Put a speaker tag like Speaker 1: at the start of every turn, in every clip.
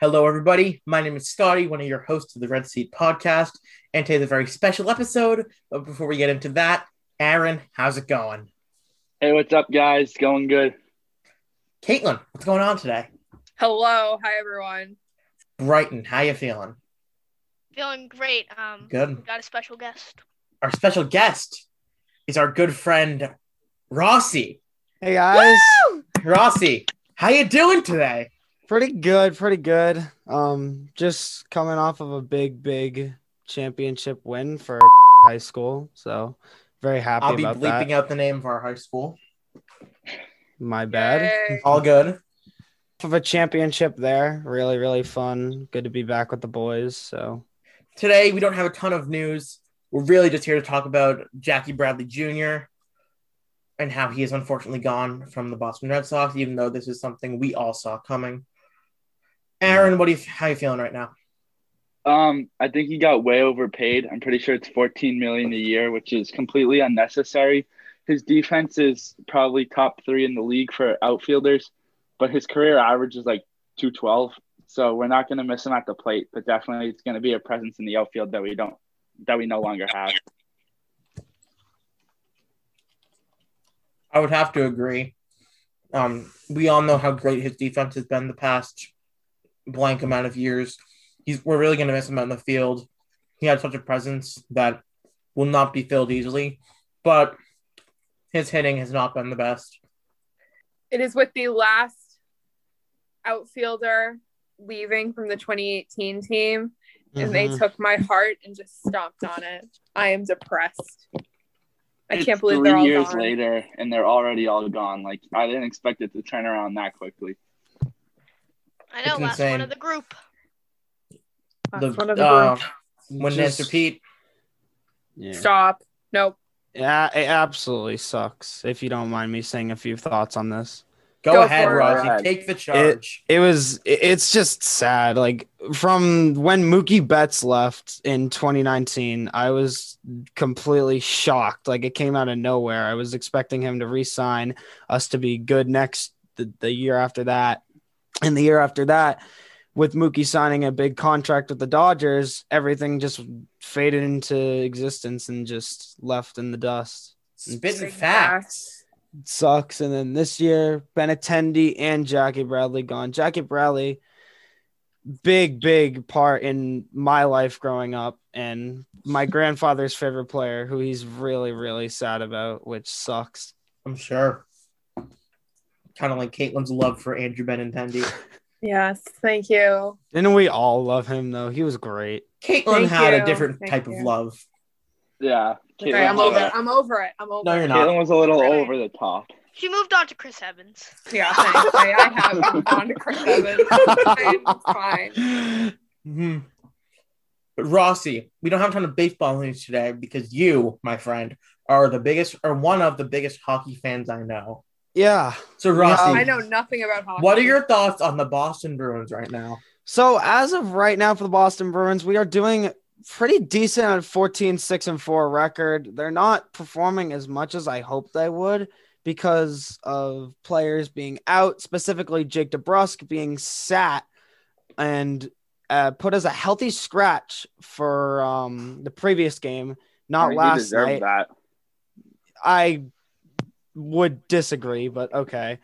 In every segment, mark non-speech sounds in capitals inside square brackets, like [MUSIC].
Speaker 1: Hello, everybody. My name is Scotty, one of your hosts of the Red Seat podcast, and today's a very special episode. But before we get into that, Aaron, how's it going?
Speaker 2: Hey, what's up, guys? Going good.
Speaker 1: Caitlin, what's going on today?
Speaker 3: Hello, hi everyone.
Speaker 1: Brighton, how you feeling?
Speaker 4: Feeling great. Um,
Speaker 1: Good.
Speaker 4: we got a special guest.
Speaker 1: Our special guest is our good friend Rossi.
Speaker 5: Hey guys,
Speaker 1: Rossi, how you doing today?
Speaker 5: pretty good, pretty good. Um, just coming off of a big, big championship win for [LAUGHS] high school, so very happy
Speaker 1: I'll be
Speaker 5: about
Speaker 1: bleeping
Speaker 5: that.
Speaker 1: out the name of our high school.
Speaker 5: My bad.
Speaker 3: Yay.
Speaker 1: All good.
Speaker 5: Off Of a championship there, really, really fun. Good to be back with the boys. So
Speaker 1: Today we don't have a ton of news. We're really just here to talk about Jackie Bradley Jr. and how he is unfortunately gone from the Boston Red Sox, even though this is something we all saw coming. Aaron, what do you how you feeling right now?
Speaker 2: Um, I think he got way overpaid. I'm pretty sure it's 14 million a year, which is completely unnecessary. His defense is probably top three in the league for outfielders, but his career average is like 212. So we're not going to miss him at the plate, but definitely it's going to be a presence in the outfield that we don't that we no longer have.
Speaker 1: I would have to agree. Um, we all know how great his defense has been the past blank amount of years. He's we're really gonna miss him on the field. He had such a presence that will not be filled easily, but his hitting has not been the best.
Speaker 3: It is with the last outfielder leaving from the 2018 team, and they
Speaker 1: Mm-hmm.
Speaker 5: mhm.
Speaker 3: took my heart and just stomped on it. I am depressed. I
Speaker 2: It's
Speaker 3: can't believe
Speaker 2: three
Speaker 3: they're all
Speaker 2: years
Speaker 3: gone.
Speaker 2: later and they're already all gone. Like I didn't expect it to turn around that quickly.
Speaker 4: I know,
Speaker 1: It's
Speaker 4: last
Speaker 1: insane.
Speaker 4: one of the group.
Speaker 3: That's one of the
Speaker 1: uh,
Speaker 3: group.
Speaker 1: when
Speaker 5: Just-
Speaker 1: Mr. Pete,
Speaker 5: Mm-hmm. yeah.
Speaker 3: Stop. Nope.
Speaker 5: yeah, it absolutely sucks. If you don't mind me saying a few thoughts on this.
Speaker 1: go,
Speaker 3: Go
Speaker 1: ahead,
Speaker 3: for it.
Speaker 1: Rosie, take the charge.
Speaker 5: it was it- it's just sad like from when mookie betts left in 2019 i was completely shocked like it came out of nowhere i was expecting him to re-sign us to be good next the, the year after that and the year after that with mookie signing a big contract with the dodgers everything just faded into existence and just left in the dust
Speaker 1: Spitting
Speaker 3: Big
Speaker 1: facts.
Speaker 5: sucks. And then this year, Ben Attendee and Jackie Bradley gone. Jackie Bradley, big, big part in my life growing up, and my grandfather's favorite player, who he's really, really sad about, which sucks.
Speaker 1: I'm sure. Kind of like Caitlin's love for Andrew Benintendi.
Speaker 3: Yes. Thank you.
Speaker 5: Didn't we all love him though? He was great.
Speaker 1: Caitlin
Speaker 3: Thank
Speaker 1: had a
Speaker 3: you.
Speaker 1: different
Speaker 3: Thank
Speaker 1: type of
Speaker 3: you.
Speaker 1: love.
Speaker 2: Yeah.
Speaker 3: Okay,
Speaker 2: Caitlin
Speaker 3: I'm over
Speaker 2: was- uh,
Speaker 3: it. I'm over it. I'm over
Speaker 1: No,
Speaker 3: it.
Speaker 1: you're not.
Speaker 2: Caitlin was a little
Speaker 3: Really?
Speaker 2: over the top.
Speaker 4: She moved on to Chris Evans.
Speaker 3: Yeah, thanks. I, I have moved on to Chris
Speaker 1: [LAUGHS]
Speaker 3: Evans. It's fine.
Speaker 1: hmm But Rossi, we don't have a ton of baseball news today because you, my friend, are the biggest or one of the biggest hockey fans I know.
Speaker 5: Yeah.
Speaker 1: So Rossi,
Speaker 3: I know nothing about hockey.
Speaker 1: what are your thoughts on the Boston Bruins right now?
Speaker 5: So as of right now for the Boston Bruins, we are doing pretty decent at 14 6 and 4 record. They're not performing as much as I hoped they would because of players being out, specifically Jake DeBrusque being sat and uh, put as a healthy scratch for um, the previous game,
Speaker 2: I
Speaker 5: not
Speaker 2: mean, he
Speaker 5: last
Speaker 2: deserved
Speaker 5: night.
Speaker 2: that.
Speaker 5: I would disagree, but okay.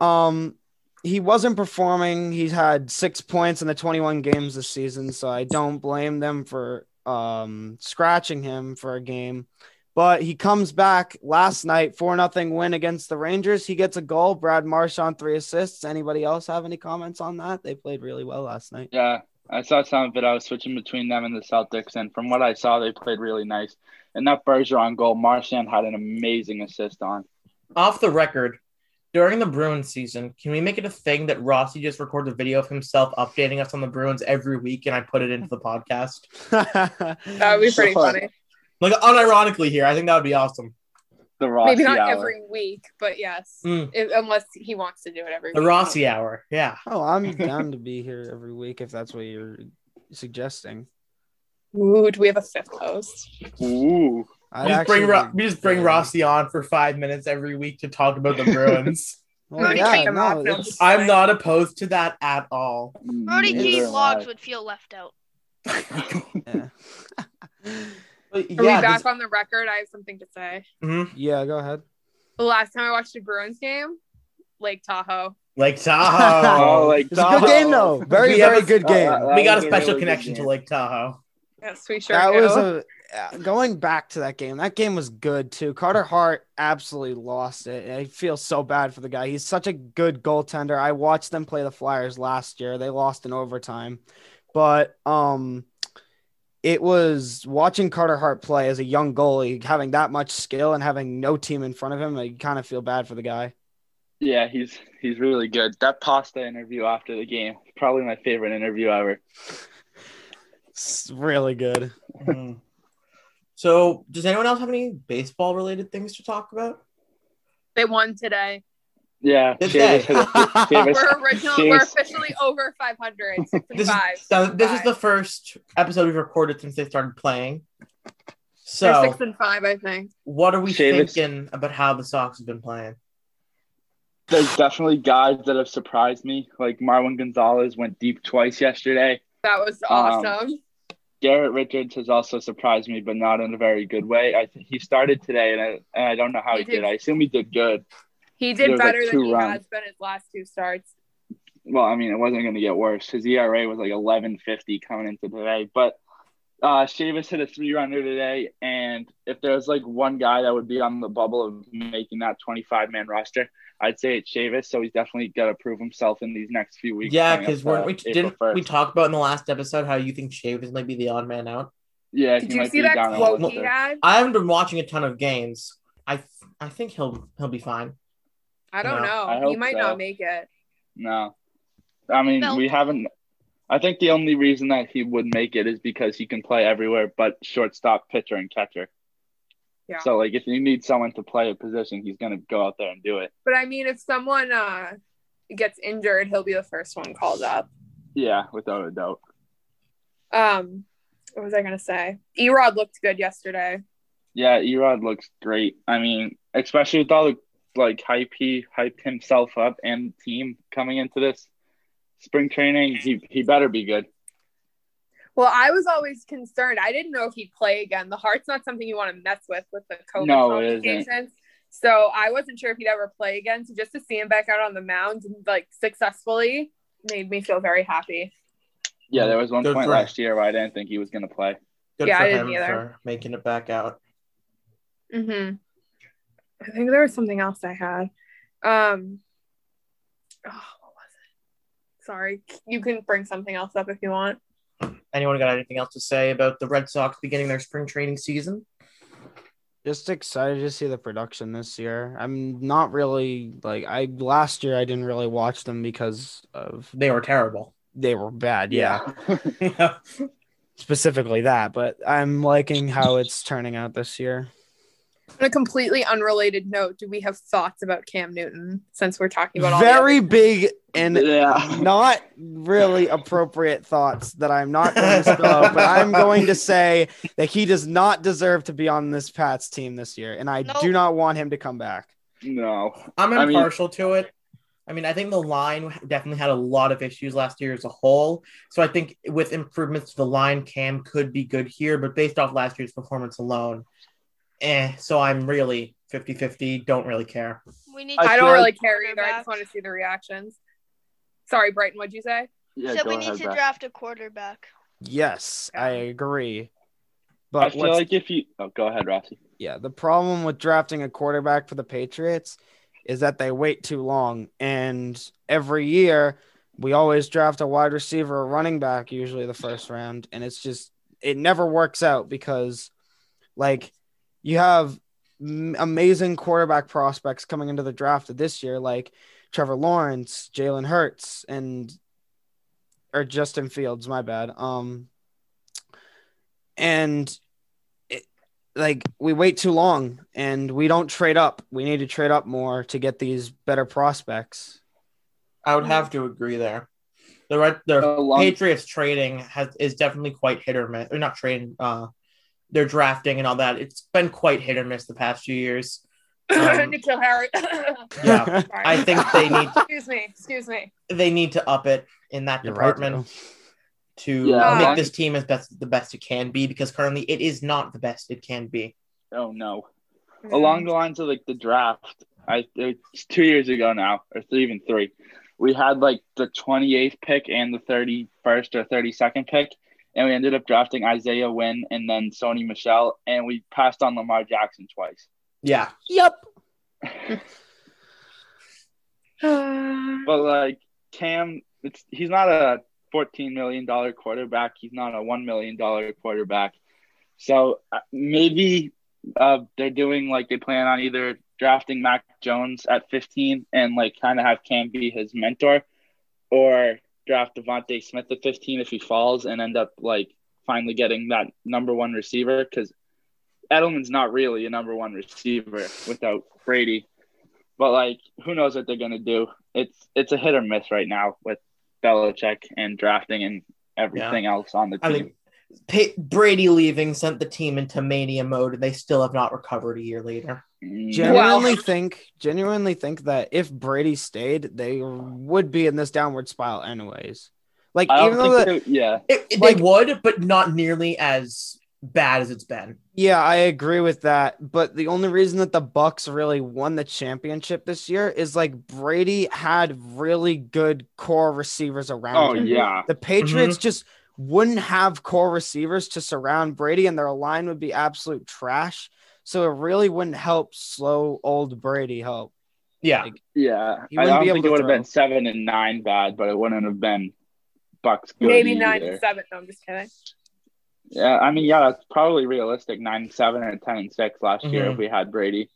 Speaker 5: Um, he wasn't performing. He's had six points in the 21 games this season, so I don't blame them for um scratching him for a game. But he comes back last night for nothing win against the Rangers. He gets a goal. Brad Marchand three assists. Anybody else have any comments on that? They played really well last night. [LAUGHS]
Speaker 2: Yeah, I saw some of it. I was switching between them and the Celtics, and from what I saw, they played really nice. And that Bergeron goal, Marchand had an amazing assist on.
Speaker 1: Off the record, during the Bruins season, can we make it a thing that Rossi just records a video of himself updating us on the Bruins every week and I put it into the podcast?
Speaker 3: That would be pretty
Speaker 2: Sure.
Speaker 3: funny.
Speaker 1: Like unironically here, I think that would be awesome.
Speaker 2: The Rossi
Speaker 3: Maybe not
Speaker 2: hour.
Speaker 3: every week, but yes,
Speaker 1: Mm.
Speaker 3: If- unless he wants to do it every
Speaker 1: The
Speaker 3: week.
Speaker 1: Rossi hour. Yeah.
Speaker 5: oh, I'm down to be here every week if that's what you're suggesting.
Speaker 3: Ooh, do we have a fifth host?
Speaker 2: Ooh,
Speaker 5: I
Speaker 1: We just, bring
Speaker 5: actually
Speaker 1: Ro-
Speaker 5: would
Speaker 1: we just bring
Speaker 2: [LAUGHS]
Speaker 5: really-
Speaker 1: Rossi on for five minutes every week to talk about the Bruins.
Speaker 5: Well,
Speaker 3: Brody,
Speaker 5: yeah,
Speaker 3: take him
Speaker 5: no,
Speaker 3: off.
Speaker 5: it's-
Speaker 1: I'm not opposed to that at all.
Speaker 4: Brody
Speaker 2: Neither
Speaker 4: G's
Speaker 2: am
Speaker 4: logs
Speaker 2: I.
Speaker 4: would feel left out.
Speaker 5: yeah. [LAUGHS]
Speaker 1: But
Speaker 3: Are
Speaker 1: yeah,
Speaker 3: we back
Speaker 1: this-
Speaker 3: on the record? I have something to say.
Speaker 1: mhm.
Speaker 5: yeah, go ahead.
Speaker 3: The last time I watched a Bruins game, Lake Tahoe.
Speaker 2: [LAUGHS]
Speaker 1: Lake Tahoe.
Speaker 2: Oh, like
Speaker 5: It's a good game though. Very,
Speaker 1: We have
Speaker 5: very
Speaker 1: a-
Speaker 5: good game.
Speaker 2: uh, uh,
Speaker 1: we got a
Speaker 2: That was a
Speaker 1: special
Speaker 2: really good
Speaker 1: connection to
Speaker 2: game.
Speaker 1: Lake
Speaker 2: [LAUGHS]
Speaker 1: Tahoe.
Speaker 3: Yes, we sure
Speaker 5: that
Speaker 3: do.
Speaker 5: was a yeah, going back to that game. That game was good too. Carter Hart absolutely lost it. I feel so bad for the guy. He's such a good goaltender. I watched them play the Flyers last year. They lost in overtime, but um, it was watching Carter Hart play as a young goalie, having that much skill and having no team in front of him. I kind of feel bad for the guy.
Speaker 2: Yeah, he's he's really good. That pasta interview after the game, probably my favorite interview ever.
Speaker 5: It's really good.
Speaker 2: Mm.
Speaker 1: Mhm. So, does anyone else have any baseball related things to talk about?
Speaker 3: they won today.
Speaker 2: Yeah,
Speaker 1: Good
Speaker 2: Davis
Speaker 1: day.
Speaker 2: had
Speaker 5: [LAUGHS]
Speaker 2: a- Davis-
Speaker 3: We're original.
Speaker 2: Davis-
Speaker 3: We're officially over 500.
Speaker 1: This is,
Speaker 3: 65.
Speaker 1: so this is
Speaker 3: 65.
Speaker 1: the first episode we've recorded since they started playing.
Speaker 3: They're
Speaker 1: So,
Speaker 3: six and five, I think.
Speaker 1: what are we
Speaker 2: Davis-
Speaker 1: thinking about how the Sox have been playing?
Speaker 2: There's definitely guys that have surprised me. Like Marwin Gonzalez went deep twice yesterday.
Speaker 3: That was
Speaker 2: Um,
Speaker 3: awesome.
Speaker 2: Garrett Richards has also surprised me, but not in a very good way. I th- he started today, and I, and I don't know how he,
Speaker 3: He did.
Speaker 2: did. I assume he did good.
Speaker 3: he
Speaker 2: there
Speaker 3: did
Speaker 2: was, like,
Speaker 3: better than
Speaker 2: two
Speaker 3: he has
Speaker 2: runs.
Speaker 3: been his last two starts.
Speaker 2: Well, I mean, it wasn't going to get worse. His ERA was like 11.50 coming into today, but uh, Chavis hit a three-runner today, and if there was like one guy that would be on the bubble of making that 25-man roster, I'd say it's Chavis. So he's definitely got to prove himself in these next few weeks.
Speaker 1: yeah,
Speaker 2: coming up
Speaker 1: because
Speaker 2: to
Speaker 1: weren't we
Speaker 2: April
Speaker 1: didn't we
Speaker 2: 1st.
Speaker 1: talk about in the last episode how you think Chavez might be the odd man out?
Speaker 2: Yeah,
Speaker 3: Did
Speaker 2: he
Speaker 3: you
Speaker 2: might
Speaker 3: see
Speaker 2: be
Speaker 3: that
Speaker 2: down a
Speaker 3: quote
Speaker 2: little
Speaker 3: he
Speaker 2: bit.
Speaker 3: had?
Speaker 1: I haven't been watching a ton of games. I I think he'll he'll be fine.
Speaker 3: I don't
Speaker 1: No,
Speaker 2: I
Speaker 3: know. He
Speaker 2: hope
Speaker 3: might
Speaker 2: so.
Speaker 3: not make it.
Speaker 2: No. I mean,
Speaker 4: No.
Speaker 2: we haven't. I think the only reason that he would make it is because he can play everywhere but shortstop, pitcher, and catcher.
Speaker 3: Yeah.
Speaker 2: So, like, if you need someone to play a position, he's going to go out there and do it.
Speaker 3: But I mean, if someone uh, gets injured, he'll be the first one called up.
Speaker 2: Yeah, without a doubt.
Speaker 3: Um, what was I gonna say? Erod looked good yesterday.
Speaker 2: Yeah, Erod looks great. I mean, especially with all the like hype he hyped himself up and team coming into this spring training, he he better be good.
Speaker 3: Well, I was always concerned. I didn't know if he'd play again. The heart's not something you want to mess with with the COVID
Speaker 2: No, it isn't.
Speaker 3: complications. So I wasn't sure if he'd ever play again. So just to see him back out on the mound and like successfully made me feel very happy.
Speaker 2: Yeah, there was one
Speaker 1: Good
Speaker 2: point
Speaker 1: for him.
Speaker 2: last year where I didn't think he was going to play.
Speaker 1: Good
Speaker 3: Yeah,
Speaker 1: for
Speaker 3: I didn't
Speaker 1: him
Speaker 3: either.
Speaker 1: for making it back out.
Speaker 3: Mm-hmm. I think there was something else I had. Um, oh, what was it? Sorry, you can bring something else up if you want.
Speaker 1: Anyone got anything else to say about the Red Sox beginning their spring training season?
Speaker 5: Just excited to see the production this year. I'm not really like I last year I didn't really watch them because of
Speaker 1: They were
Speaker 2: [LAUGHS]
Speaker 1: terrible. [LAUGHS]
Speaker 5: they were bad. Yeah.
Speaker 1: yeah.
Speaker 5: Specifically that, but I'm liking how it's turning out this year.
Speaker 3: On a completely unrelated note, do we have thoughts about Cam Newton since we're talking about all the
Speaker 5: Very
Speaker 3: other-
Speaker 5: big and
Speaker 2: yeah.
Speaker 5: not really appropriate thoughts that I'm not going to spill out, but I'm going to say that he does not deserve to be on this Pats team this year, and I
Speaker 4: No.
Speaker 5: do not want him to come back.
Speaker 2: No.
Speaker 1: I'm
Speaker 2: I mean-
Speaker 1: impartial to it. I mean, I think the line definitely had a lot of issues last year as a whole. So I think with improvements to the line, Cam could be good here, but based off last year's performance alone, eh. So I'm really 50 50, don't really care.
Speaker 4: We need.
Speaker 2: I
Speaker 3: I don't
Speaker 2: feel
Speaker 3: really
Speaker 2: like-
Speaker 3: care either. I just want to see the reactions. Sorry, Brighton, what'd you say?
Speaker 2: Yeah,
Speaker 4: said
Speaker 2: go
Speaker 4: we need
Speaker 2: ahead,
Speaker 4: to
Speaker 2: Zach.
Speaker 4: draft a quarterback.
Speaker 5: Yes, I agree.
Speaker 2: I
Speaker 5: But
Speaker 2: feel
Speaker 5: what's
Speaker 2: like if you oh, go ahead, Rossi.
Speaker 5: Yeah, the problem with drafting a quarterback for the Patriots is that they wait too long. And every year, we always draft a wide receiver or running back, usually the first round. And it's just, it never works out because, like, you have m- amazing quarterback prospects coming into the draft of this year, like Trevor Lawrence, Jalen Hurts, and, or Justin Fields, my bad. Um, and like we wait too long and we don't trade up. We need to trade up more to get these better prospects.
Speaker 1: I would have to agree there. The Red, the
Speaker 2: The Uh, long-
Speaker 1: Patriots trading has is definitely quite hit or miss. Or not trading, uh, their drafting and all that. It's been quite hit or miss the past few years.
Speaker 3: [LAUGHS]
Speaker 1: Um,
Speaker 3: Nikhil Harry.
Speaker 5: [LAUGHS]
Speaker 1: [LAUGHS] Yeah.
Speaker 3: Sorry.
Speaker 1: I think they need
Speaker 3: Excuse me. Excuse me.
Speaker 1: they need to up it in that
Speaker 5: You're right,
Speaker 1: department
Speaker 5: though.
Speaker 1: to
Speaker 2: Yeah.
Speaker 1: make
Speaker 3: Uh-huh.
Speaker 1: this team as best the best it can be because currently it is not the best it can be.
Speaker 2: Oh no. Along the lines of like the draft, I it's two years ago now, or three, even three. We had like the twenty eighth pick and the thirty first or thirty second pick, and we ended up drafting Isaiah Wynn and then Sony Michelle, and we passed on Lamar Jackson twice.
Speaker 1: Yeah.
Speaker 5: Yep.
Speaker 3: Uh,
Speaker 2: But like Cam, it's he's not a fourteen million dollar quarterback. He's not a one million dollar quarterback. So uh, maybe uh, they're doing like they plan on either drafting Mac Jones at fifteen and like kind of have Cam be his mentor, or draft Devontae Smith at fifteen if he falls and end up like finally getting that number one receiver because Edelman's not really a number one receiver without Brady. But like, who knows what they're gonna do? It's it's a hit or miss right now with Belichick and drafting and everything else on the
Speaker 1: I
Speaker 2: team.
Speaker 1: mean Pa- Brady leaving sent the team into mania mode and they still have not recovered a year later.
Speaker 2: Mm,
Speaker 5: Genuinely think, genuinely think that if Brady stayed, they would be in this downward spiral, anyways. Like
Speaker 2: I
Speaker 5: even
Speaker 2: don't
Speaker 5: though
Speaker 2: think
Speaker 5: the,
Speaker 2: they- yeah,
Speaker 1: It, it-
Speaker 5: Like-
Speaker 1: they would, but not nearly as bad as it's been.
Speaker 5: Yeah, I agree with that. But the only reason that the Bucks really won the championship this year is like Brady had really good core receivers around
Speaker 2: oh
Speaker 5: him.
Speaker 2: yeah,
Speaker 5: The Patriots just wouldn't have core receivers to surround Brady, and their line would be absolute trash. So it really wouldn't help slow old Brady help.
Speaker 1: Yeah.
Speaker 2: yeah.
Speaker 5: He
Speaker 2: I
Speaker 5: wouldn't
Speaker 2: don't
Speaker 5: be able
Speaker 2: think
Speaker 5: to
Speaker 2: it would have
Speaker 5: throw.
Speaker 2: been seven and nine bad, but it wouldn't have been Bucks. Good
Speaker 3: maybe
Speaker 2: either.
Speaker 3: nine to seven. No, I'm just kidding.
Speaker 2: Yeah, I mean, yeah, it's probably realistic. Nine and seven and ten and six last year
Speaker 1: Mhm.
Speaker 2: if we had Brady,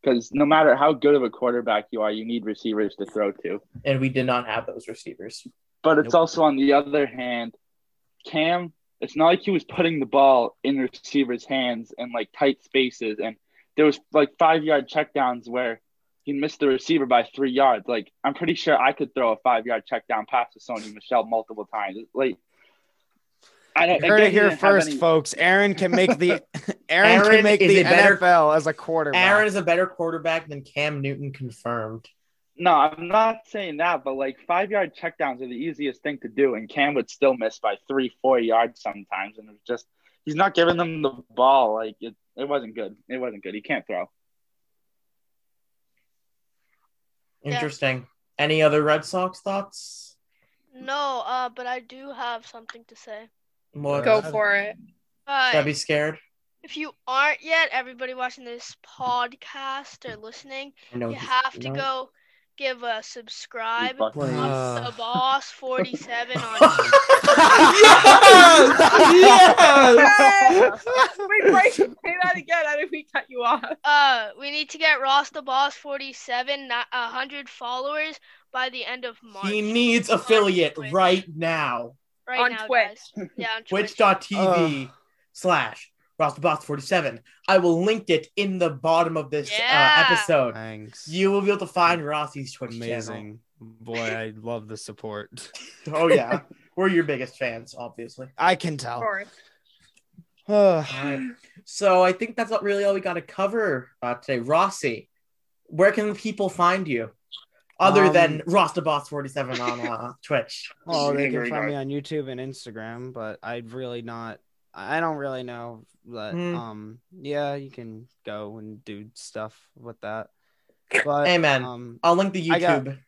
Speaker 2: because no matter how good of a quarterback you are, you need receivers to throw to.
Speaker 1: And we did not have those receivers.
Speaker 2: But it's
Speaker 5: Nope.
Speaker 2: also on the other hand, Cam, it's not like he was putting the ball in receivers' hands in like tight spaces and there was like five yard checkdowns where he missed the receiver by three yards. Like I'm pretty sure I could throw a five yard check down pass to Sony Michelle multiple times. Like I
Speaker 5: You
Speaker 2: don't
Speaker 5: heard
Speaker 2: again,
Speaker 5: it
Speaker 2: he
Speaker 5: here
Speaker 2: didn't have
Speaker 5: first,
Speaker 2: any-
Speaker 5: folks. Aaron can make the
Speaker 1: [LAUGHS]
Speaker 5: Aaron, can
Speaker 1: Aaron
Speaker 5: make
Speaker 1: is
Speaker 5: the
Speaker 1: a better-
Speaker 5: NFL as a quarterback.
Speaker 1: Aaron is a better quarterback than Cam Newton confirmed.
Speaker 2: No, I'm not saying that, but like five yard checkdowns are the easiest thing to do, and Cam would still miss by three, four yards sometimes, and it's just he's not giving them the ball. Like it, it wasn't good. It wasn't good. He can't throw.
Speaker 4: Yeah.
Speaker 1: Interesting. Any other Red Sox thoughts?
Speaker 4: No, uh, but I do have something to say.
Speaker 1: What?
Speaker 3: Go for it.
Speaker 4: Uh,
Speaker 1: Should I be scared?
Speaker 4: if you aren't yet, everybody watching this podcast or listening,
Speaker 1: No.
Speaker 4: you have to go give a subscribe.
Speaker 2: Fuck.
Speaker 1: Please.
Speaker 5: Uh.
Speaker 4: The boss
Speaker 1: [LAUGHS]
Speaker 4: 47 [LAUGHS] on
Speaker 1: yes!
Speaker 3: Wait, Bryce, say that again. How did we cut you off?
Speaker 4: uh we need to get Ross the boss 47 not 100 followers by the end of March.
Speaker 1: He needs
Speaker 4: On
Speaker 1: affiliate
Speaker 4: Twitch.
Speaker 1: right now.
Speaker 4: right
Speaker 3: On
Speaker 4: now,
Speaker 3: Twitch.
Speaker 4: guys. Yeah, on Twitch.
Speaker 1: Twitch.tv slash RosterBox47. I will link it in the bottom of this
Speaker 4: Yeah.
Speaker 1: uh, episode. [LAUGHS]
Speaker 5: Thanks.
Speaker 1: You will be able to find Rossi's Twitch
Speaker 5: Amazing. Boy, I love the support.
Speaker 1: channel. Oh, yeah.
Speaker 5: [LAUGHS]
Speaker 1: We're your biggest fans, obviously.
Speaker 5: I can tell. [SIGHS]
Speaker 3: Or-
Speaker 1: All right. So I think that's not really all we got to cover uh, today. Rossi, where can people find you other
Speaker 5: Um,
Speaker 1: than RosterBoss47 on uh, Twitch? [LAUGHS]
Speaker 5: Oh, they can
Speaker 2: Very
Speaker 5: find me
Speaker 2: nice.
Speaker 5: on YouTube and Instagram, but I'd really not. I don't really know, but
Speaker 1: Hmm.
Speaker 5: um, yeah, you can go and do stuff
Speaker 1: [LAUGHS]
Speaker 5: with that. But
Speaker 1: Amen.
Speaker 5: um,
Speaker 1: I'll link the
Speaker 5: I got-
Speaker 1: YouTube.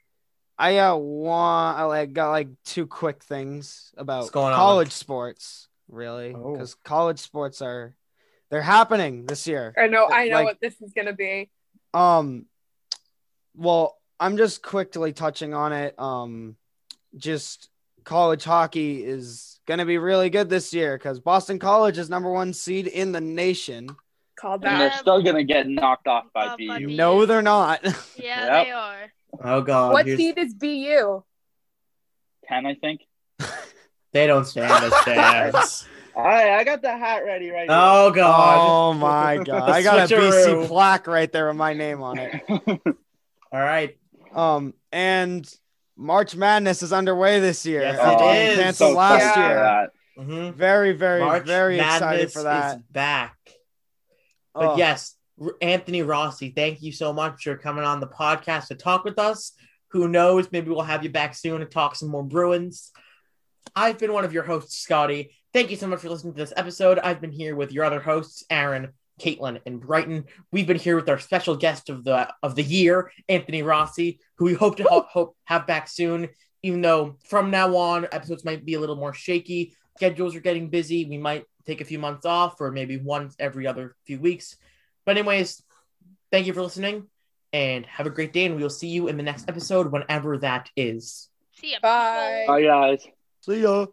Speaker 5: I got one. I like got like two quick things about
Speaker 1: What's going on?
Speaker 5: college sports, really,
Speaker 1: Oh.
Speaker 5: because college sports are they're happening this year.
Speaker 3: I know. I know
Speaker 5: Like-
Speaker 3: what this is gonna be.
Speaker 5: Um, well, I'm just quickly touching on it. Um, just college hockey is gonna be really good this year because Boston College is number one seed in the nation.
Speaker 3: Called
Speaker 2: And they're
Speaker 3: that.
Speaker 4: Yeah.
Speaker 2: still gonna get knocked off by
Speaker 4: Off by
Speaker 2: BU.
Speaker 4: BU.
Speaker 5: No, they're not. [LAUGHS]
Speaker 4: Yeah,
Speaker 2: Yep.
Speaker 4: they are.
Speaker 1: Oh, God.
Speaker 3: what
Speaker 1: here's-
Speaker 3: seed is BU?
Speaker 2: Ten, I think.
Speaker 1: They don't stand a chance.
Speaker 2: All right, I got the hat ready right
Speaker 1: oh god.
Speaker 5: oh my god! I got a BC
Speaker 1: Switcheroo.
Speaker 5: plaque right there with my name on it.
Speaker 2: [LAUGHS] now.
Speaker 5: Oh.
Speaker 1: All right.
Speaker 5: Um, and March Madness is underway this year.
Speaker 1: Yes, it
Speaker 5: after being
Speaker 1: is.
Speaker 5: Canceled
Speaker 2: Oh, so
Speaker 5: last
Speaker 2: excited for
Speaker 3: Yeah.
Speaker 5: year.
Speaker 2: that.
Speaker 1: Mhm.
Speaker 5: Very, very,
Speaker 1: March
Speaker 5: very
Speaker 1: Madness
Speaker 5: excited for that.
Speaker 1: is back. But
Speaker 5: Oh,
Speaker 1: yes, R- Anthony Rossi, thank you so much for coming on the podcast to talk with us. Who knows? Maybe we'll have you back soon to talk some more Bruins. I've been one of your hosts, Scotty. Thank you so much for listening to this episode. I've been here with your other hosts, Aaron, Caitlin, and Brighton. We've been here with our special guest of the of the year, Anthony Rossi, who we hope to ho- hope have back soon. Even though from now on episodes might be a little more shaky, schedules are getting busy. We might take a few months off, or maybe once every other few weeks. But anyways, thank you for listening, and have a great day. And we will see you in the next episode, whenever that is.
Speaker 4: See ya.
Speaker 2: Oh,
Speaker 3: Bye.
Speaker 2: Bye, guys.
Speaker 5: See ya.